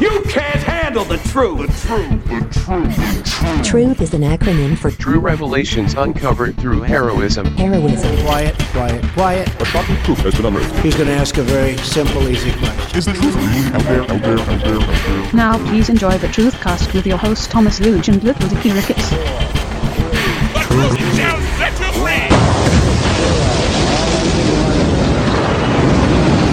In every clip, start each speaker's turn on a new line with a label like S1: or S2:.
S1: You can't handle the truth. The truth.
S2: Truth is an acronym for
S3: True revelations uncovered through heroism.
S2: heroism.
S4: Quiet, quiet, quiet. He's going to ask a very simple, easy question.
S5: Now please enjoy the Truthcast with your host Thomas Luge and Little Dicky Ricketts.
S1: The truth shall set you free.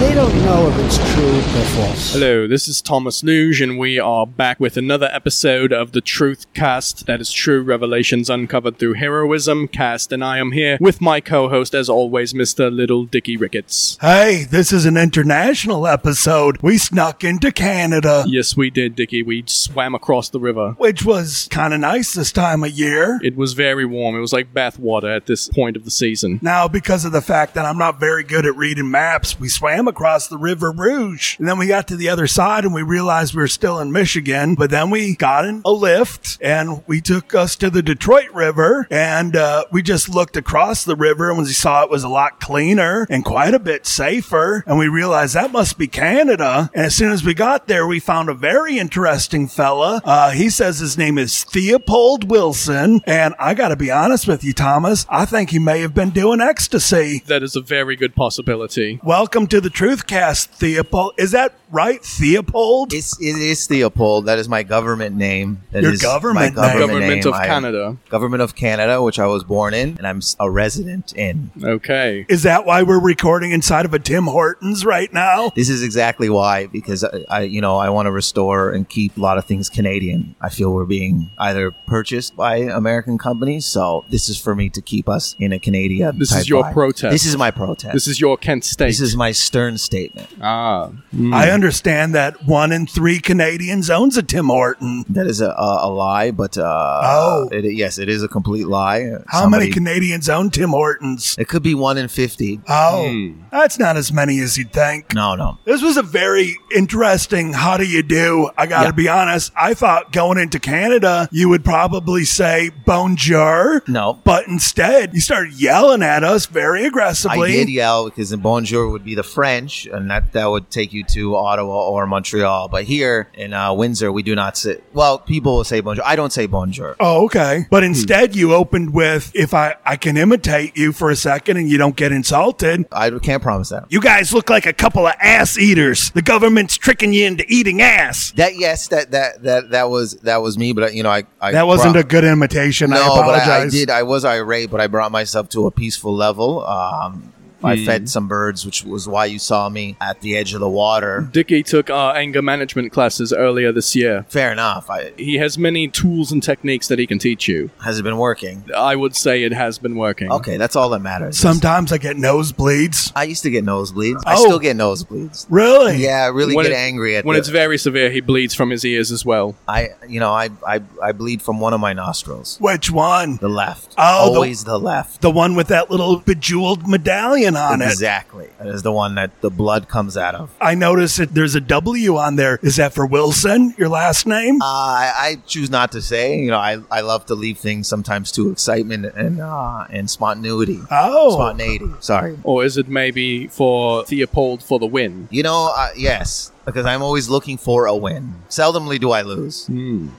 S4: They don't know if it's true or false.
S6: Hello, this is Thomas Luge, and we are back with another episode of the Truth Cast. That is True Revelations Uncovered Through Heroism Cast, and I am here with my co host, as always, Mr. Little Dicky Ricketts.
S7: Hey, this is an international episode. We snuck into Canada,
S6: Yes, we did, Dicky. We swam across the river.
S7: which was kind of nice this time of year.
S6: It was very warm. It was like bathwater at this point of the season.
S7: Now, because of the fact that I'm not very good at reading maps, we swam across the River Rouge. And then we got to the other side and we realized we were still in Michigan. But then we got in a lift and we took us to the Detroit River. And uh, we just looked across the river and we saw it was a lot cleaner and quite a bit safer. And we realized that must be Canada. And as soon as we got there, we found a very interesting fella. Uh, he says his name is Theopold Wilson. And I got to be honest with you, Thomas, I think he may have been doing ecstasy.
S6: That is a very good possibility.
S7: Welcome to the Truthcast, Theopold. Is that right, Theopold?
S8: It's, it is Theopold. That is my government name. That
S7: Your
S8: is
S7: government
S8: my government
S7: name.
S6: Government
S8: name.
S6: of
S8: I-
S6: Canada.
S8: government of Canada, which I was born in, and I'm s- a resident in.
S6: Okay.
S7: Is that why we're recording inside of a Tim Hortons right now?
S8: This is exactly why, because I, I you know, I want to restore and keep a lot of things Canadian. I feel we're being either purchased by American companies, so this is for me to keep us in a Canadian.
S6: This
S8: type
S6: is your
S8: vibe.
S6: protest.
S8: This is my protest.
S6: This is your Kent State.
S8: This is my stern statement.
S6: ah.
S7: I understand that one in three Canadians owns a Tim Horton.
S8: That is a, a, a lie, but uh,
S7: Oh.
S8: it, yes, it is a complete lie.
S7: How
S8: Somebody-
S7: many Canadians own Tim Hortons?
S8: It could be one in fifty.
S7: Oh,
S8: Hmm.
S7: that's not as many as you'd think.
S8: No, no.
S7: This was a very interesting how do you do? I got to
S8: Yeah.
S7: be honest. I thought going into Canada, you would probably say bonjour.
S8: No.
S7: But instead, you started yelling at us very
S8: I
S7: aggressively.
S8: did yell because in Bonjour would be the French, and that, that would take you to Ottawa or Montreal. But here in uh, Windsor, we do not say. Well, people will say Bonjour. I don't say Bonjour.
S7: Oh, okay.
S8: Hmm.
S7: But instead, you opened with if I, I can imitate you for a second and you don't get insulted.
S8: I can't promise that.
S7: You guys look like a couple of ass eaters. The government's tricking you into eating ass.
S8: That yes, that that that that was that was me. But uh, you know, I, I
S7: That wasn't
S8: brought-
S7: a good imitation. I
S8: No,
S7: apologize.
S8: but I, I did. I was irate, but I brought myself to a peaceful level. Um,
S7: Hmm.
S8: I fed some birds, which was why you saw me at the edge of the
S7: Hmm.
S8: water.
S6: Dicky took our anger management classes earlier this year.
S8: Fair enough. I
S6: He has many tools and techniques that he can teach you.
S8: has it been working?
S6: I would say it has been working.
S8: Okay, that's all that matters.
S7: Sometimes I get nosebleeds.
S8: I used to get nosebleeds. I
S7: Oh.
S8: still get nosebleeds.
S7: Really?
S8: Yeah, I really
S6: When
S8: get
S6: it-
S8: angry at
S6: when
S8: the-
S6: it's very severe. He bleeds from his ears as well.
S8: I you know I, I I bleed from one of my nostrils,
S7: Which one?
S8: the left.
S7: Oh, the-
S8: always the, left.
S7: The one with that little bejeweled medallion on it.
S8: exactly. That is the one that the blood comes out of.
S7: I noticed that there's a W on there. Is that for Wilson, your last name?
S8: Uh, I, I choose not to say. You know, I, I love to leave things sometimes to excitement and uh, and spontaneity.
S7: Oh.
S8: spontaneity. Sorry.
S6: Or is it maybe for Theopold for the win?
S8: You know, uh, yes. because I'm always looking for a win. Seldomly do I lose.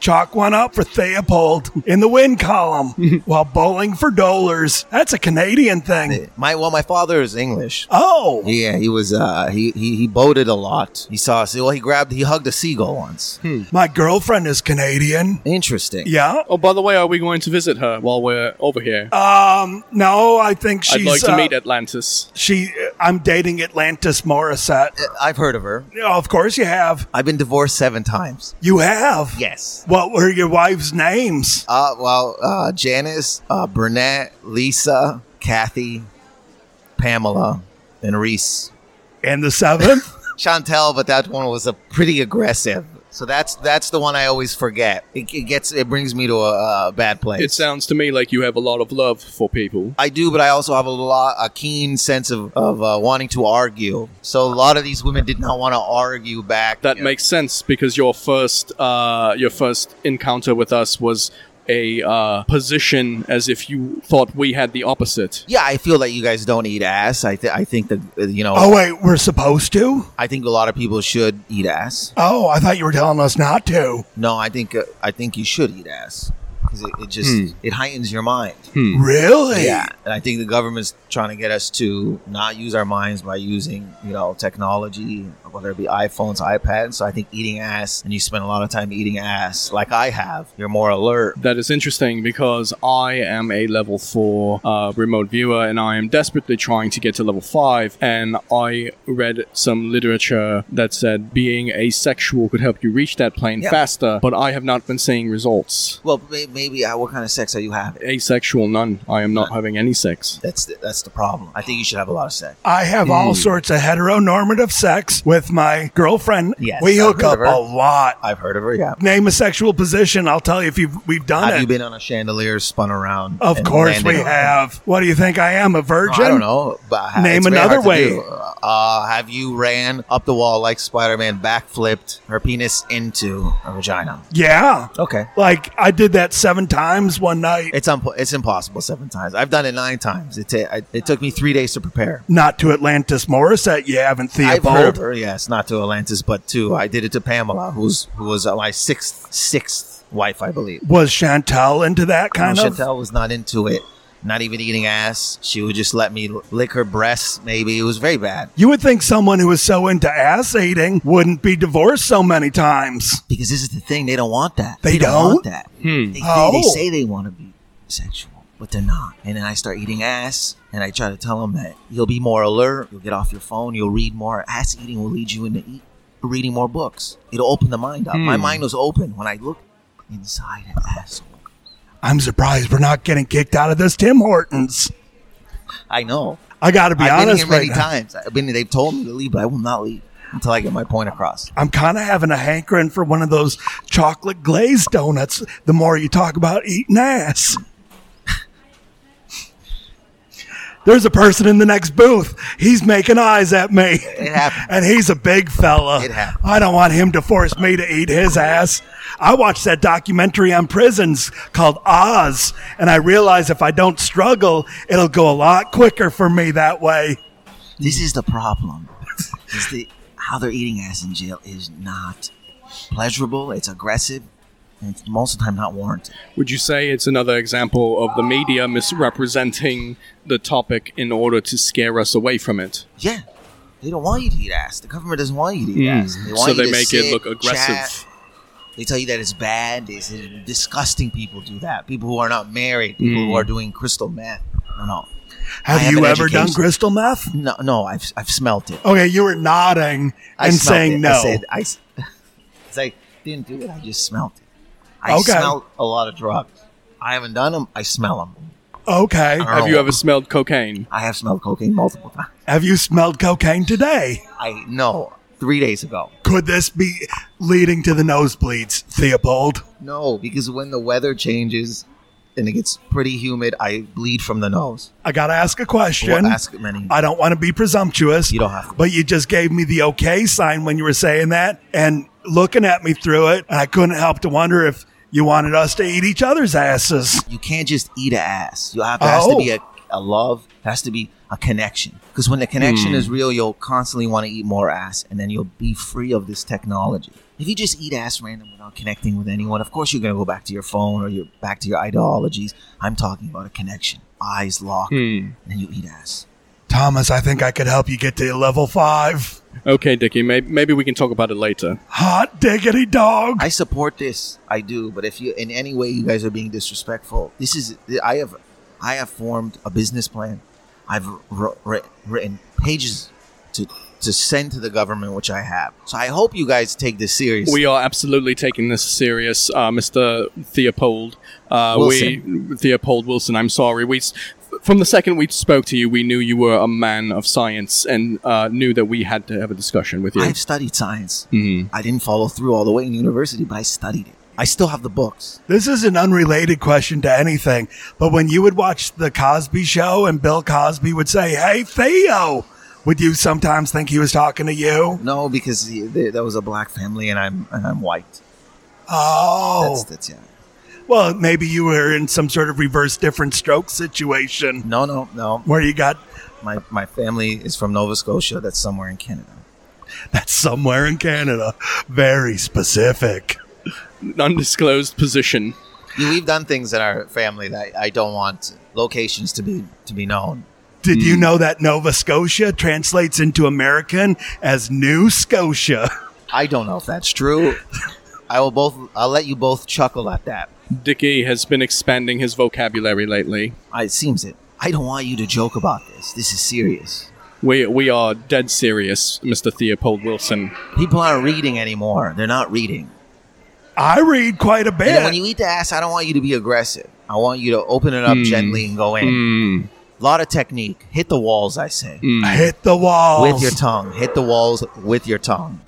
S7: Chalk one up for Theopold in the win column while bowling for Dolars. That's a Canadian thing.
S8: My well, my father is English.
S7: Oh,
S8: Yeah, he was. Uh, he he he boated a lot. He saw. Well, he grabbed. He hugged a seagull once.
S7: my girlfriend is Canadian.
S8: Interesting.
S7: Yeah.
S6: Oh, by the way, are we going to visit her while we're over here?
S7: Um, no, I think she's.
S6: I'd like to
S7: uh,
S6: meet Atlantis.
S7: She, I'm dating Atlantis Morissette.
S8: Uh, I've heard of her.
S7: Yeah, of course you have.
S8: I've been divorced seven times.
S7: You have.
S8: Yes.
S7: What were your wives' names?
S8: Uh, well, uh, Janice, uh, Burnett, Lisa, Kathy, Pamela, and Reese.
S7: And the seventh?
S8: Chantel, but that one was a pretty aggressive. So that's that's the one I always forget. It, it gets it brings me to a, a bad place.
S6: It sounds to me like you have a lot of love for people.
S8: I do, but I also have a lot a keen sense of of uh, wanting to argue. So a lot of these women did not want to argue back.
S6: That
S8: You know,
S6: makes sense because your first uh, your first encounter with us was a uh, position as if you thought we had the opposite.
S8: Yeah, I feel that you guys don't eat ass. I th- I think that uh, you know.
S7: Oh, wait, we're supposed to?
S8: I think a lot of people should eat ass.
S7: Oh, I thought you were telling us not to.
S8: No, I think uh, I think you should eat ass because it, it just it heightens your mind.
S7: Hmm. Really?
S8: and I think the government's trying to get us to not use our minds by using you know technology, whether it be iPhones, iPads. So I think eating ass, and you spend a lot of time eating ass, like I have, you're more alert.
S6: That is interesting because I am a level 4 uh, remote viewer and I am desperately trying to get to level 5. And I read some literature that said being asexual could help you reach that plane
S8: Yeah.
S6: faster, but I have not been seeing results.
S8: Well, may- maybe uh, what kind of sex are you having?
S6: Asexual, none. I am not having any sex.
S8: That's the, that's the problem. I think you should have a lot of sex.
S7: I have all
S8: Hmm.
S7: sorts of heteronormative sex with my girlfriend.
S8: Yes,
S7: we
S8: I've
S7: hook
S8: heard of
S7: up
S8: her.
S7: a lot.
S8: I've heard of her. Yeah.
S7: Name a sexual position. I'll tell you if you've, we've done
S8: Have
S7: it.
S8: you been on a chandelier spun around?
S7: of
S8: and
S7: course we
S8: landed on-
S7: have. What do you think I am? A
S8: No,
S7: virgin?
S8: I don't know. But I-
S7: Name
S8: it's very
S7: another
S8: hard to
S7: way.
S8: do. Uh, have you ran up the wall like Spider-Man, backflipped her penis into a vagina?
S7: Yeah.
S8: Okay.
S7: Like I did that seven times one night.
S8: It's un- it's impossible seven times. I've done it nine times. It ta- I- it took me three days to prepare.
S7: Not to Atlantis Morissette. You haven't
S8: I've heard of
S7: Theobald.
S8: her, yes, not to Atlantis, but to I did it to Pamela, who's who was uh, my sixth sixth wife, I believe.
S7: Was Chantel into that kind
S8: No,
S7: of?
S8: Chantel was not into it. Not even eating ass. She would just let me l- lick her breasts. Maybe it was very bad
S7: You would think someone who is so into ass eating wouldn't be divorced so many times.
S8: because this is the thing. They don't want that.
S7: They don't?
S8: want that. They, they- they
S7: Oh.
S8: say they want to be sexual, but they're not. And then I start eating ass, and I try to tell them that you'll be more alert. You'll get off your phone. You'll read more. Ass eating will lead you into eat, reading more books. It'll open the mind up. My mind was open when I looked inside an asshole.
S7: I'm surprised we're not getting kicked out of this Tim Hortons.
S8: I know.
S7: I got to be
S8: I've been
S7: honest
S8: here many
S7: right now.
S8: times. I've been. They've told me to leave, but I will not leave until I get my point across.
S7: I'm kind of having a hankering for one of those chocolate glazed donuts the more you talk about eating ass. There's a person in the next booth. He's making eyes at me.
S8: It happens.
S7: And he's a big fella.
S8: It happens.
S7: I don't want him to force me to eat his ass. I watched that documentary on prisons called Oz, and I realize if I don't struggle, it'll go a lot quicker for me that way.
S8: This is the problem. is the how they're eating ass in jail is not pleasurable. It's aggressive, and it's most of the time not warranted.
S6: Would you say it's another example of the media misrepresenting the topic in order to scare us away from it?
S8: Yeah, they don't want you to eat ass. The government doesn't want you to eat ass. They want
S6: Hmm. So
S8: you
S6: they
S8: to
S6: make
S8: sit,
S6: it look aggressive.
S8: chat. They tell you that it's bad. They say disgusting people do that. People who are not married. People
S6: Hmm.
S8: who are doing crystal meth. No, no, I
S7: Have
S8: have
S7: you
S8: an
S7: ever done
S8: education.
S7: crystal meth?
S8: no, no. I've I've smelt it.
S7: Okay, you were nodding
S8: I
S7: and
S8: smelt
S7: saying
S8: it.
S7: no.
S8: I said I. s- it's like, didn't do it. I just smelt it. I
S7: Okay.
S8: smelt a lot of drugs. I haven't done them. I smell them.
S7: okay.
S8: Oh.
S6: Have you ever smelled cocaine?
S8: I have smelled cocaine multiple times.
S7: Have you smelled cocaine today?
S8: I no. Three days ago.
S7: Could this be leading to the nosebleeds, Theobald?
S8: No, because when the weather changes and it gets pretty humid, I bleed from the nose.
S7: I gotta ask a question.
S8: Well, ask many.
S7: I don't want to be presumptuous.
S8: You don't have to.
S7: But you just gave me the okay sign when you were saying that and looking at me through it, and I couldn't help to wonder if you wanted us to eat each other's asses.
S8: you can't just eat a ass. You have, there has to be a, a love. It has to be a connection. Because when the connection is real, you'll constantly want to eat more ass, and then you'll be free of this technology. If you just eat ass random without connecting with anyone, of course you're gonna go back to your phone or you're back to your ideologies. I'm talking about a connection. Eyes locked, and you eat ass.
S7: Thomas, I think I could help you get to level five.
S6: Okay, Dickie, may- maybe we can talk about it later.
S7: Hot diggity dog.
S8: I support this. I do. But if you, in any way, you guys are being disrespectful, this is. I have, I have formed a business plan. I've wr- wr- written pages to to send to the government, which I have. So I hope you guys take this seriously.
S6: We are absolutely taking this serious, uh, Mr. Theopold. Uh, We, Theopold Wilson, I'm sorry. We, s- from the second we spoke to you, we knew you were a man of science and uh, knew that we had to have a discussion with you.
S8: I've studied science.
S6: Mm-hmm.
S8: I didn't follow through all the way in university, but I studied it. I still have the books.
S7: This is an unrelated question to anything, but when you would watch The Cosby Show and Bill Cosby would say, Hey, Theo, would you sometimes think he was talking to you?
S8: No, because he- th- that was a black family, and I'm and I'm white.
S7: Oh,
S6: Oh.
S8: That's, that's yeah.
S7: well, maybe you were in some sort of reverse different stroke situation
S8: No, no, no.
S7: where you got
S8: My my family is from Nova Scotia. That's somewhere in Canada.
S7: that's somewhere in Canada. Very specific.
S6: Undisclosed position.
S8: Yeah, We've done things in our family that I don't want locations to be to be known.
S7: Did you
S8: Hmm.
S7: know that Nova Scotia translates into American as New Scotia?
S8: I don't know if that's true. I will both. I'll let you both chuckle at that.
S6: Dickie has been expanding his vocabulary lately.
S8: I, it seems it. I don't want you to joke about this. This is serious.
S6: We, we are dead serious, Mr. Theopold Wilson.
S8: People aren't reading anymore. They're not reading.
S7: I read quite a
S8: And then when
S7: bit.
S8: you eat the ass, I don't want you to be aggressive. I want you to open it up gently and go in. A lot of technique. Hit the walls, I say.
S7: Hit the Hmm. walls.
S8: With your tongue. Hit the walls with your tongue.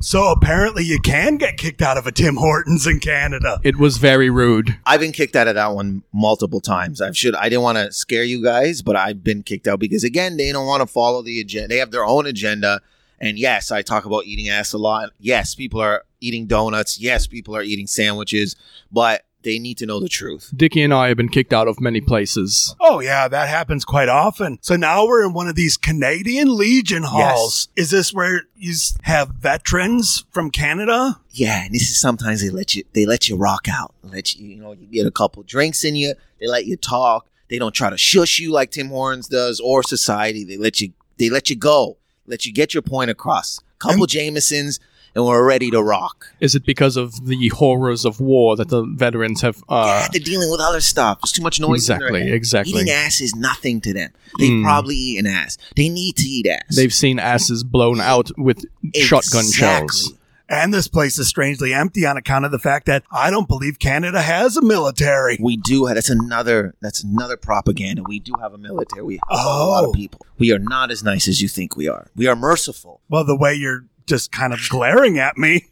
S7: so apparently you can get kicked out of a Tim Hortons in Canada.
S6: It was very rude.
S8: I've been kicked out of that one multiple times. I should I didn't want to scare you guys, but I've been kicked out because again, they don't want to follow the agenda. They have their own agenda. And yes, I talk about eating ass a lot. Yes, people are eating donuts. Yes, people are eating sandwiches, but they need to know the truth.
S6: Dickie and I have been kicked out of many places.
S7: Oh yeah, that happens quite often. So now we're in one of these Canadian Legion halls. Is this where you s- have veterans from Canada?
S8: Yeah, and this is sometimes they let you they let you rock out. They let you, you know, you get a couple drinks in you. They let you talk. They don't try to shush you like Tim Hortons does or society. They let you they let you go. Let you get your point across. Couple Jamesons and we're ready to rock.
S6: Is it because of the horrors of war that the veterans have uh,
S8: yeah, they're dealing with other stuff. There's too much noise. in their
S6: Exactly,
S8: head.
S6: exactly. Hmm.
S8: Eating ass is nothing to them. They've probably eaten ass. They need to eat ass.
S6: They've seen asses blown out with shotgun shells.
S8: Exactly.
S7: And this place is strangely empty on account of the fact that I don't believe Canada has a military.
S8: We do. Have, that's another. That's another propaganda. We do have a military. We have a lot
S7: Oh.
S8: of people. We are not as nice as you think we are. We are merciful.
S7: Well, the way you're just kind of glaring at me.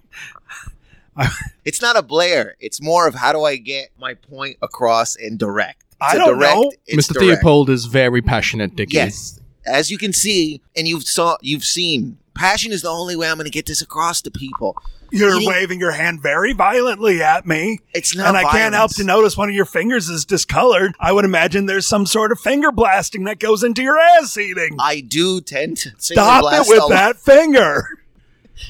S8: It's not a blare. It's more of how do I get my point across and direct. It's
S7: I
S8: a
S7: don't
S8: direct,
S7: know.
S8: It's
S6: Mr.
S8: direct.
S6: Theopold is very passionate, Dickie.
S8: Yes, as you can see, and you've saw, you've seen. Passion is the only way I'm going to get this across to people.
S7: You're
S8: Eating-
S7: waving your hand very violently at me.
S8: It's not.
S7: And I can't help
S8: violence.
S7: to notice one of your fingers is discolored. I would imagine there's some sort of finger blasting that goes into your ass eating.
S8: I do tend to finger
S7: Stop it
S8: blast a
S7: with
S8: lot.
S7: that finger.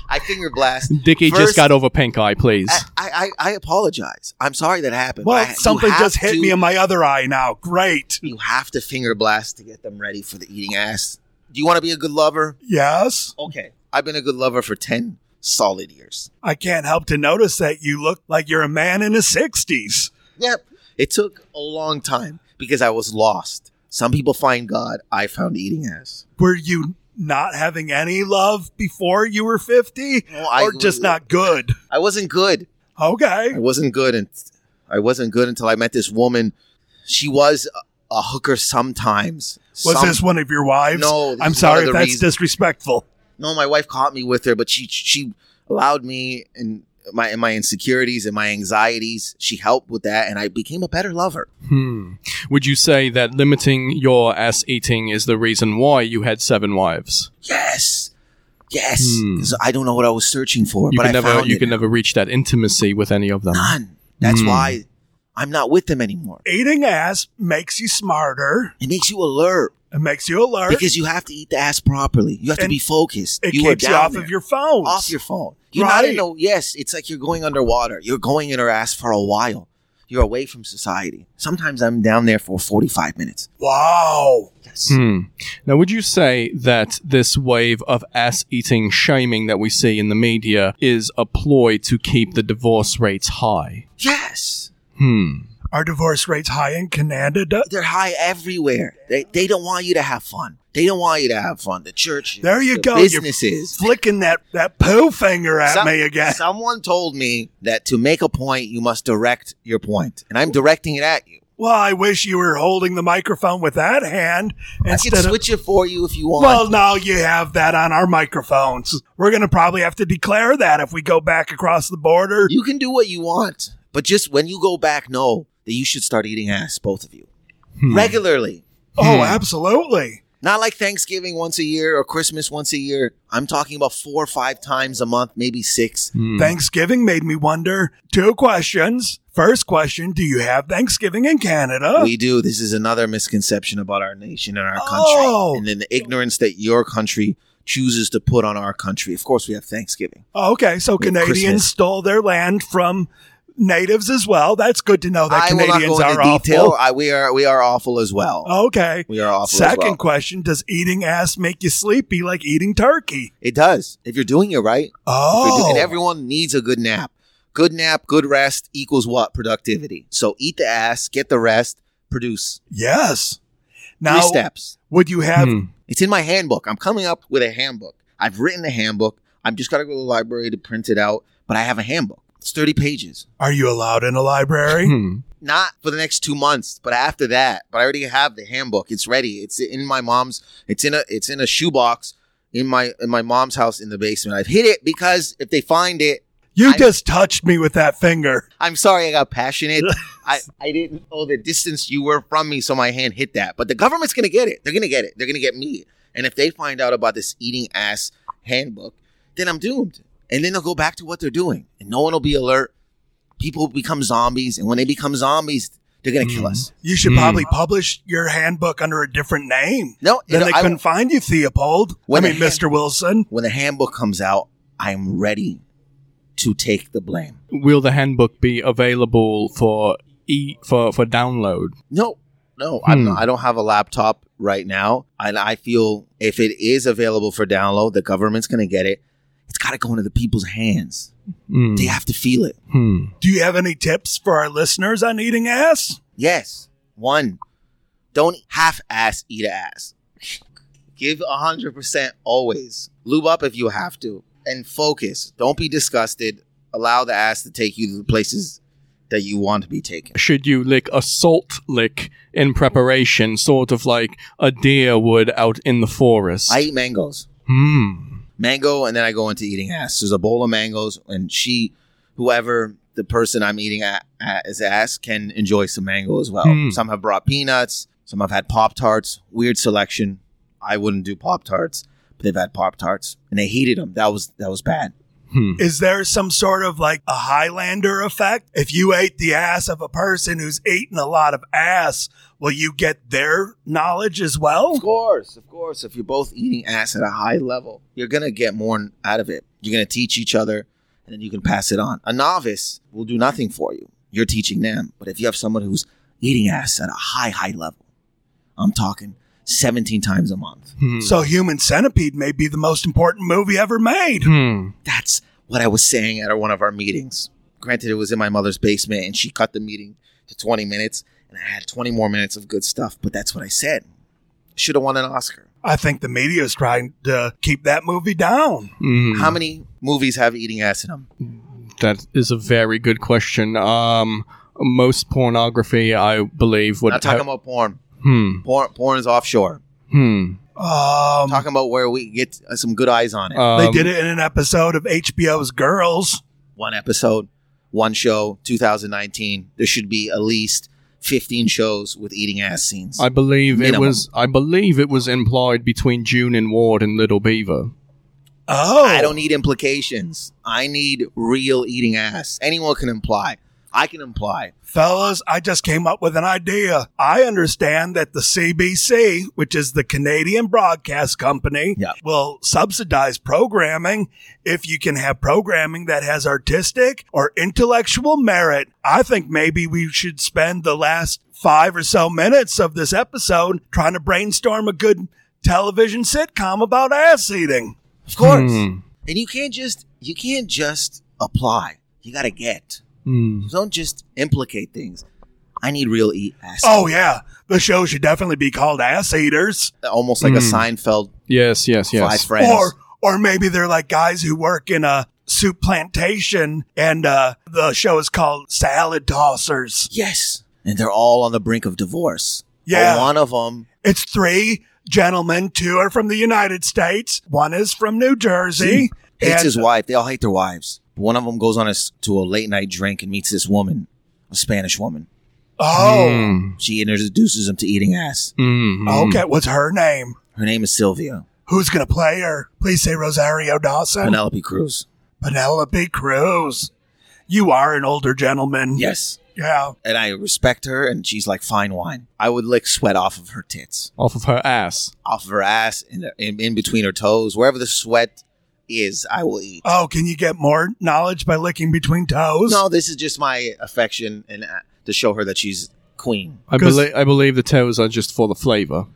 S8: I finger blast.
S6: Dickie
S8: First, Uh,
S6: just got over pink eye, please.
S8: I, I I apologize. I'm sorry that happened.
S7: Well,
S8: but I- you
S7: something
S8: have
S7: just hit
S8: to-
S7: me in my other eye now. Great.
S8: You have to finger blast to get them ready for the eating ass. Do you want to be a good lover?
S7: Yes.
S8: Okay, I've been a good lover for ten solid years.
S7: I can't help to notice that you look like you're a man in his 60s.
S8: Yep. It took a long time because I was lost. Some people find God. I found eating ass.
S7: Were you not having any love before you were 50?
S8: No, I-
S7: or just not good?
S8: I wasn't good.
S7: Okay.
S8: I wasn't good, and I wasn't good until I met this woman. She was a, a hooker sometimes.
S7: Was
S8: Some-
S7: this one of your wives?
S8: No, this
S7: I'm
S8: is one
S7: sorry
S8: of
S7: if
S8: the
S7: that's
S8: reasons.
S7: disrespectful.
S8: No, my wife caught me with her, but she she allowed me, and my my insecurities and my anxieties. She helped with that, and I became a better lover.
S6: Hmm. Would you say that limiting your ass eating is the reason why you had seven wives?
S8: Yes, yes.
S6: Hmm.
S8: 'Cause I don't know what I was searching for,
S6: You
S8: but
S6: can
S8: I
S6: never
S8: found
S6: you
S8: it.
S6: can never reach that intimacy with any of them.
S8: None. That's
S6: Hmm.
S8: why I'm not with them anymore.
S7: Eating ass makes you smarter.
S8: It makes you alert
S7: It makes you alert.
S8: because you have to eat the ass properly. You have to
S7: And
S8: be focused.
S7: it
S8: you
S7: keeps
S8: are
S7: you
S8: down
S7: off
S8: there.
S7: of your phones.
S8: off your phone. You're not in
S7: Right.
S8: no. Yes, it's like you're going underwater. You're going in her ass for a while. You're away from society. Sometimes I'm down there for 45 minutes.
S7: wow.
S8: Yes.
S6: Hmm. Now, would you say that this wave of ass eating shaming that we see in the media is a ploy to keep the divorce rates high?
S8: Yes.
S6: Hmm.
S7: Our divorce rate's high in Canada.
S8: They're high everywhere. They, they don't want you to have fun. They don't want you to have fun. The church.
S7: There you
S8: the
S7: go.
S8: Businesses.
S7: You're flicking that, that poo finger at
S8: Some-
S7: me again.
S8: Someone told me that to make a point, you must direct your point, and I'm directing it at you.
S7: Well, I wish you were holding the microphone with that hand
S8: I
S7: instead
S8: can
S7: of.
S8: switch it for you if you want.
S7: Well, now you have that on our microphones. We're going to probably have to declare that if we go back across the border.
S8: You can do what you want, but just when you go back, know that you should start eating ass, both of you,
S7: Hmm.
S8: regularly.
S7: Oh, absolutely.
S8: Not like Thanksgiving once a year or Christmas once a year. I'm talking about four or five times a month, maybe six.
S7: Hmm. Thanksgiving made me wonder two questions. First question Do you have Thanksgiving in Canada?
S8: We do. This is another misconception about our nation and our country,
S7: Oh.
S8: and then the ignorance that your country chooses to put on our country. Of course, we have Thanksgiving.
S7: Oh, okay, so
S8: Yeah,
S7: Canadians
S8: Christmas.
S7: stole their land from natives as well. That's good to know Oh, that
S8: I will not
S7: Canadians
S8: go into
S7: are
S8: detail.
S7: awful. Oh.
S8: I, we are we are awful as well.
S7: Okay.
S8: We are awful. as
S7: Second
S8: well.
S7: question Does eating ass make you sleepy like eating turkey?
S8: it does if you're doing it right. If you're
S7: Oh.
S8: do- And everyone needs a good nap. Good nap, good rest equals what? Productivity. So eat the ass, get the rest, produce.
S7: yes.
S8: Three
S7: Now,
S8: steps.
S7: would you have
S6: Hmm.
S8: It's in my handbook. I'm coming up with a handbook. I've written a handbook. I'm just got to go to the library to print it out, but I have a handbook. It's 30 pages.
S7: Are you allowed in a library?
S6: Hmm.
S8: Not for the next 2 months, but after that. But I already have the handbook. It's ready. It's in my mom's it's in a it's in a shoebox in my in my mom's house in the basement. I've hid it because if they find it,
S7: you
S8: I-
S7: just touched me with that finger.
S8: I'm sorry I got passionate. I, I didn't know the distance you were from me, so my hand hit that. But the government's gonna get it. They're gonna get it. They're gonna get me. And if they find out about this eating ass handbook, then I'm doomed. And then they'll go back to what they're doing. And no one will be alert. People become zombies, and when they become zombies, they're gonna kill us.
S7: You should
S6: Hmm.
S7: probably publish your handbook under a different name.
S8: No, you
S7: Then
S8: know,
S7: they
S8: I-
S7: couldn't find you, Theopold. I
S8: When
S7: mean,
S8: a hand-
S7: Mr. Wilson.
S8: When the handbook comes out, I am ready to take the blame.
S6: Will the handbook be available for e for for download?
S8: No, no, I'm
S6: Hmm.
S8: not, I don't have a laptop right now, and I feel if it is available for download, the government's gonna get it. It's got to go into the people's hands.
S6: Hmm.
S8: They have to feel it.
S6: Hmm.
S7: Do you have any tips for our listeners on eating ass?
S8: Yes, one, don't half-ass eat a ass. Give hundred percent always. Lube up if you have to, and focus. Don't be disgusted. Allow the ass to take you to the places that you want to be taken.
S6: should you lick a salt lick in preparation, sort of like a deer would out in the forest?
S8: I eat mangoes.
S6: Hmm.
S8: mango, and then I go into eating ass. There's a bowl of mangoes, and she, whoever the person I'm eating a- a- is ass, can enjoy some mango as well.
S6: Hmm.
S8: Some have brought peanuts, some have had Pop Tarts. Weird selection. I wouldn't do Pop Tarts, but they've had Pop Tarts, and they hated them. That was that was bad.
S6: Hmm.
S7: Is there some sort of like a Highlander effect? If you ate the ass of a person who's eaten a lot of ass, will you get their knowledge as well?
S6: Oh.
S8: Of course, of course. If you're both eating ass at a high level, you're gonna get more out of it. You're gonna teach each other, and then you can pass it on. A novice will do nothing for you. You're teaching them. But if you have someone who's eating ass at a high, high level, I'm talking 17 times a month.
S6: Hmm.
S7: So, Human Centipede may be the most important movie ever made.
S6: Hmm.
S8: That's what I was saying at one of our meetings. Granted, it was in my mother's basement, and she cut the meeting to 20 minutes, and I had 20 more minutes of good stuff. But that's what I said. Should have won an Oscar.
S7: I think the media is trying to keep that movie down.
S6: Hmm.
S8: How many movies have eating ass in them?
S6: That is a very good question. Um, most pornography, I believe, would
S8: Not talking
S6: ha-
S8: about porn.
S6: Hmm.
S8: Porn, porn is offshore.
S6: Hmm.
S7: Um,
S8: talking about where we get uh, some good eyes on it.
S6: Um,
S7: they did it in an episode of HBO's Girls.
S8: one episode, one show, 2019. There should be at least 15 shows with eating ass scenes.
S6: I believe it
S8: Minimum.
S6: was. I believe it was implied between June and Ward and Little Beaver.
S7: Oh,
S8: I don't need implications. I need real eating ass. Anyone can imply. I can imply.
S7: Fellas, I just came up with an idea. I understand that the CBC, which is the Canadian Broadcast Company,
S8: Yeah.
S7: will subsidize programming if you can have programming that has artistic or intellectual merit. I think maybe we should spend the last five or so minutes of this episode trying to brainstorm a good television sitcom about ass eating.
S8: Of course.
S6: Hmm.
S8: And you can't just you can't just apply. You gotta get.
S6: Hmm.
S8: Don't just implicate things. I need real eat ass.
S7: Oh, yeah. The show should definitely be called Ass Eaters.
S8: almost like a
S6: Mm.
S8: Seinfeld
S6: Yes, yes, yes.
S8: five friends.
S7: Or or maybe they're like guys who work in a soup plantation and uh the show is called Salad Tossers.
S8: yes, and they're all on the brink of divorce.
S7: Yeah.
S8: But one of them.
S7: It's three gentlemen, two are from the United States, one is from New Jersey.
S8: hates
S7: and-
S8: his wife. They all hate their wives. One of them goes on a s to a late night drink and meets this woman, a Spanish woman.
S7: Oh.
S8: She introduces him to eating ass.
S6: Hmm.
S7: Okay, what's her name?
S8: Her name is Sylvia
S7: Who's gonna play her? Please say Rosario Dawson.
S8: Penelope Cruz.
S7: Penelope Cruz. You are an older gentleman.
S8: Yes,
S7: Yeah.
S8: and I respect her, and she's like fine wine. I would lick sweat off of her tits,
S6: Off of her ass.
S8: off of her ass, in, in, in between her toes, wherever the sweat is, I will eat.
S7: Oh, can you get more knowledge by licking between toes?
S8: No, this is just my affection and uh, to show her that she's queen.
S6: I
S7: 'Cause-
S6: believe. I believe the toes are just for the flavor.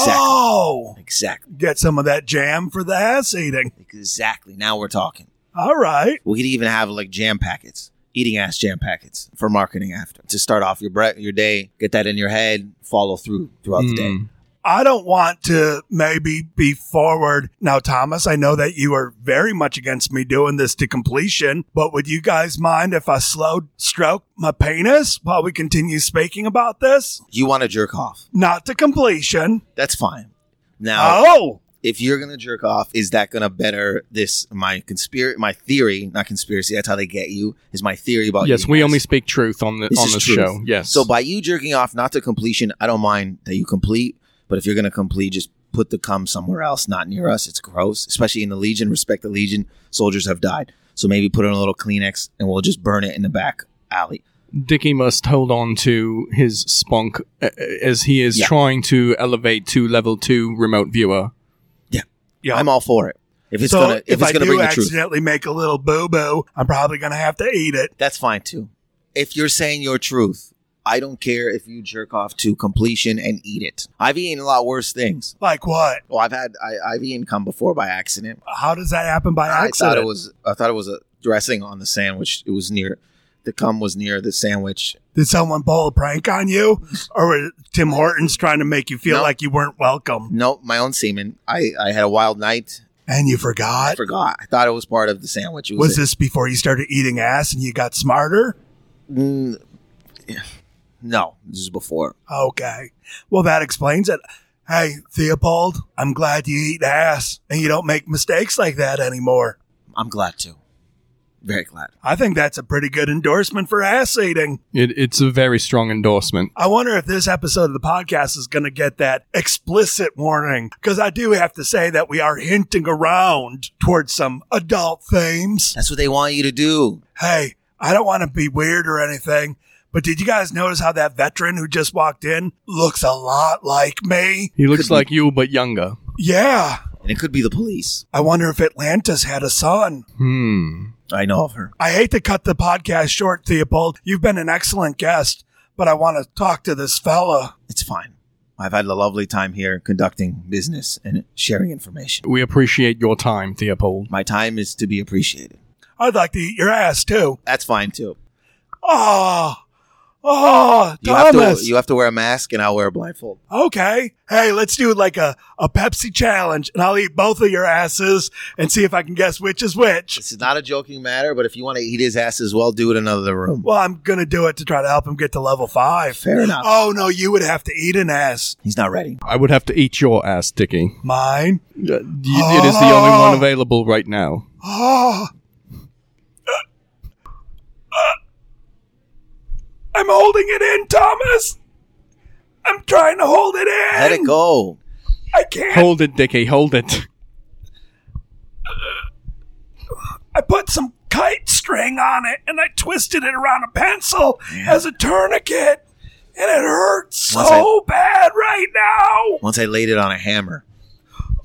S7: Oh.
S8: Exactly.
S7: get some of that jam for the ass eating.
S8: Exactly. Now we're talking.
S7: All right.
S8: We could even have like jam packets, eating ass jam packets for marketing after to start off your bre- your day. Get that in your head. Follow through throughout the day.
S6: Mm.
S7: I don't want to maybe be forward. Now, Thomas, I know that you are very much against me doing this to completion, but would you guys mind if I slowed stroke my penis while we continue speaking about this?
S8: You want to jerk off?
S7: Not to completion.
S8: That's fine. Now,
S7: Oh,
S8: if you're gonna jerk off, is that gonna better this my conspiracy? My theory, not conspiracy. That's how they get you. Is my theory about
S6: Yes,
S8: eating
S6: we
S8: ass.
S6: only speak truth on the
S8: Oh, This
S6: on
S8: is
S6: this
S8: truth.
S6: show. Yes.
S8: So by you jerking off not to completion, I don't mind that you complete, but if you're gonna complete, just put the cum somewhere else, not near us. It's gross, especially in the Legion. Respect the Legion. Soldiers have died, so maybe put in a little Kleenex, and we'll just burn it in the back alley.
S6: Dicky must hold on to his spunk uh, as he is
S8: Yeah.
S6: trying to elevate to level two remote viewer.
S7: yeah.
S8: I'm all for it. If it's
S7: so
S8: gonna, if,
S7: if,
S8: it's
S7: I
S8: gonna
S7: do
S8: bring the truth,
S7: accidentally make a little boo boo, I'm probably going to have to eat it.
S8: that's fine too. If you're saying your truth, I don't care if you jerk off to completion and eat it. I've eaten a lot worse things.
S7: Like what?
S8: Well, I've had I, I've eaten cum before by accident.
S7: How does that happen by
S8: I
S7: accident?
S8: thought it was I thought it was a dressing on the sandwich. It was near the cum was near the sandwich.
S7: Did someone pull a prank on you? Or were Tim Hortons trying to make you feel
S8: No.
S7: like you weren't welcome
S8: Nope, my own semen. I, I had a wild night.
S7: and you
S8: I
S7: forgot?
S8: forgot. I thought it was part of the sandwich. It was,
S7: Was this before you started eating ass and you got smarter?
S8: Mm, yeah. no, this is before.
S7: Okay. Well, that explains it. Hey, Theobald, I'm glad you eat ass and you don't make mistakes like that anymore.
S8: I'm glad too. Very glad.
S7: I think that's a pretty good endorsement for ass eating.
S6: It, it's a very strong endorsement.
S7: I wonder if this episode of the podcast is going to get that explicit warning because I do have to say that we are hinting around towards some adult themes.
S8: That's what they want you to do.
S7: hey, I don't want to be weird or anything, but did you guys notice how that veteran who just walked in looks a lot like me?
S6: He looks
S8: Could be.
S6: like you, but younger.
S7: Yeah.
S8: And it could be the police.
S7: I wonder if Atlantis had a son.
S6: Hmm.
S8: I know of her.
S7: I hate to cut the podcast short, Theobald. You've been an excellent guest, but I want to talk to this fella.
S8: It's fine. I've had a lovely time here conducting business and sharing information.
S6: We appreciate your time, Theopold.
S8: My time is to be appreciated.
S7: I'd like to eat your ass too.
S8: That's fine too.
S7: Oh, oh,
S8: You have
S7: Thomas.
S8: to you have to wear a mask and I'll wear a blindfold.
S7: okay. Hey, let's do like a, a Pepsi challenge and I'll eat both of your asses and see if I can guess which is which.
S8: This is not a joking matter, but if you want to eat his ass as well, do it in another room.
S7: Well, I'm gonna do it to try to help him get to level five.
S8: Fair enough.
S7: Oh no, you would have to eat an ass.
S8: He's not ready.
S6: I would have to eat your ass, Uh, Dicky.
S7: Mine.
S8: Ah.
S7: Ah.
S6: Y- It is the only one available right now.
S7: Oh. I'm holding it in, Thomas. I'm trying to hold it in.
S8: Let it go.
S7: I can't.
S6: Hold it, Dickie, hold it.
S7: I put some kite string on it and I twisted it around a pencil as a tourniquet. And it hurts
S8: Once
S7: so bad right now.
S8: Once I laid it on a hammer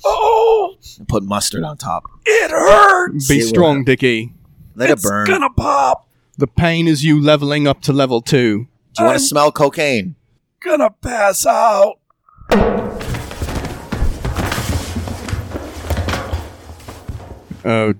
S7: Oh,
S8: and put mustard on top,
S7: it hurts.
S6: Be
S8: See what
S6: strong, Dickie.
S8: let
S7: it's
S8: it burn.
S7: gonna pop.
S6: The pain is you leveling up to level two.
S8: Do you want
S7: I'm-
S8: to smell cocaine?
S7: Gonna pass out.
S6: Oh.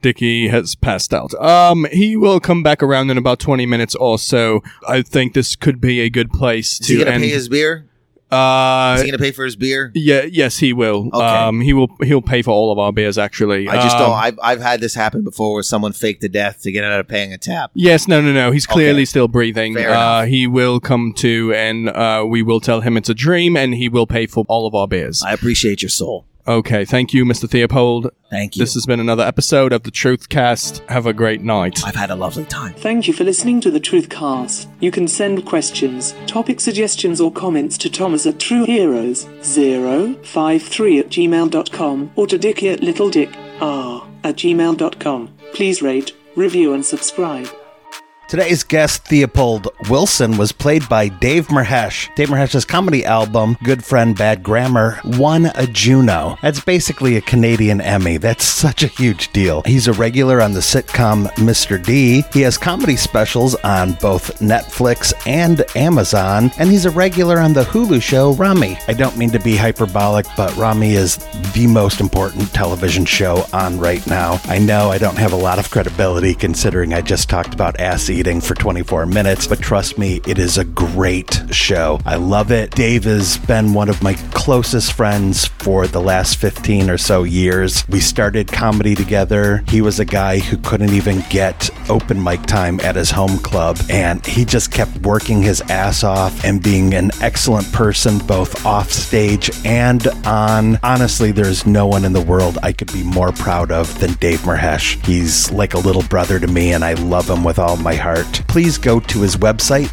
S6: Dickie has passed out. Um, he will come back around in about 20 minutes or so. I think this could be a good place
S8: Is
S6: to
S8: he gonna
S6: end.
S8: pay his beer? Is
S6: uh,
S8: he gonna pay for his beer?
S6: yeah, yes, he will.
S8: Okay.
S6: Um, he will. He'll pay for all of our beers. Actually,
S8: I just
S6: Um,
S8: don't. I've, I've had this happen before where someone faked to death to get out of paying a tab.
S6: Yes, no, no, no. He's clearly
S8: Okay.
S6: still breathing.
S8: Fair
S6: uh,
S8: enough.
S6: he will come to, and uh, we will tell him it's a dream, and he will pay for all of our beers.
S8: I appreciate your soul.
S6: okay, thank you, Mr. Theopold.
S8: Thank you.
S6: This has been another episode of the Truth Cast. Have a great night.
S8: I've had a lovely time.
S9: Thank you for listening to the Truth Cast. You can send questions, topic suggestions, or comments to Thomas at TrueHeroes053 at gmail.com or to Dickie at LittleDickR at gmail.com. Please rate, review, and subscribe.
S10: Today's guest, Theopold Wilson, was played by Dave Merhesh. Dave Merhesh's comedy album, Good Friend, Bad Grammar, won a Juno. That's basically a Canadian Emmy. That's such a huge deal. He's a regular on the sitcom Mr. D. He has comedy specials on both Netflix and Amazon, and he's a regular on the Hulu show Rami. I don't mean to be hyperbolic, but Rami is the most important television show on right now. I know I don't have a lot of credibility considering I just talked about ass eating for 24 minutes, but trust me, it is a great show. I love it. Dave has been one of my closest friends for the last 15 or so years. We started comedy together. He was a guy who couldn't even get open mic time at his home club, and he just kept working his ass off and being an excellent person both off stage and on. Honestly, there's no one in the world I could be more proud of than Dave Merhesh. He's like a little brother to me, and I love him with all my heart. Please go to his website,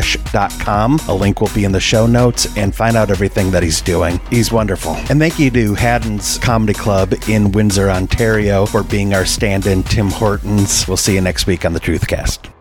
S10: davemerhesh.com. A link will be in the show notes and find out everything that he's doing. He's wonderful. And thank you to Haddon's Comedy Club in Windsor, Ontario, for being our stand in Tim Hortons. We'll see you next week on the Truthcast.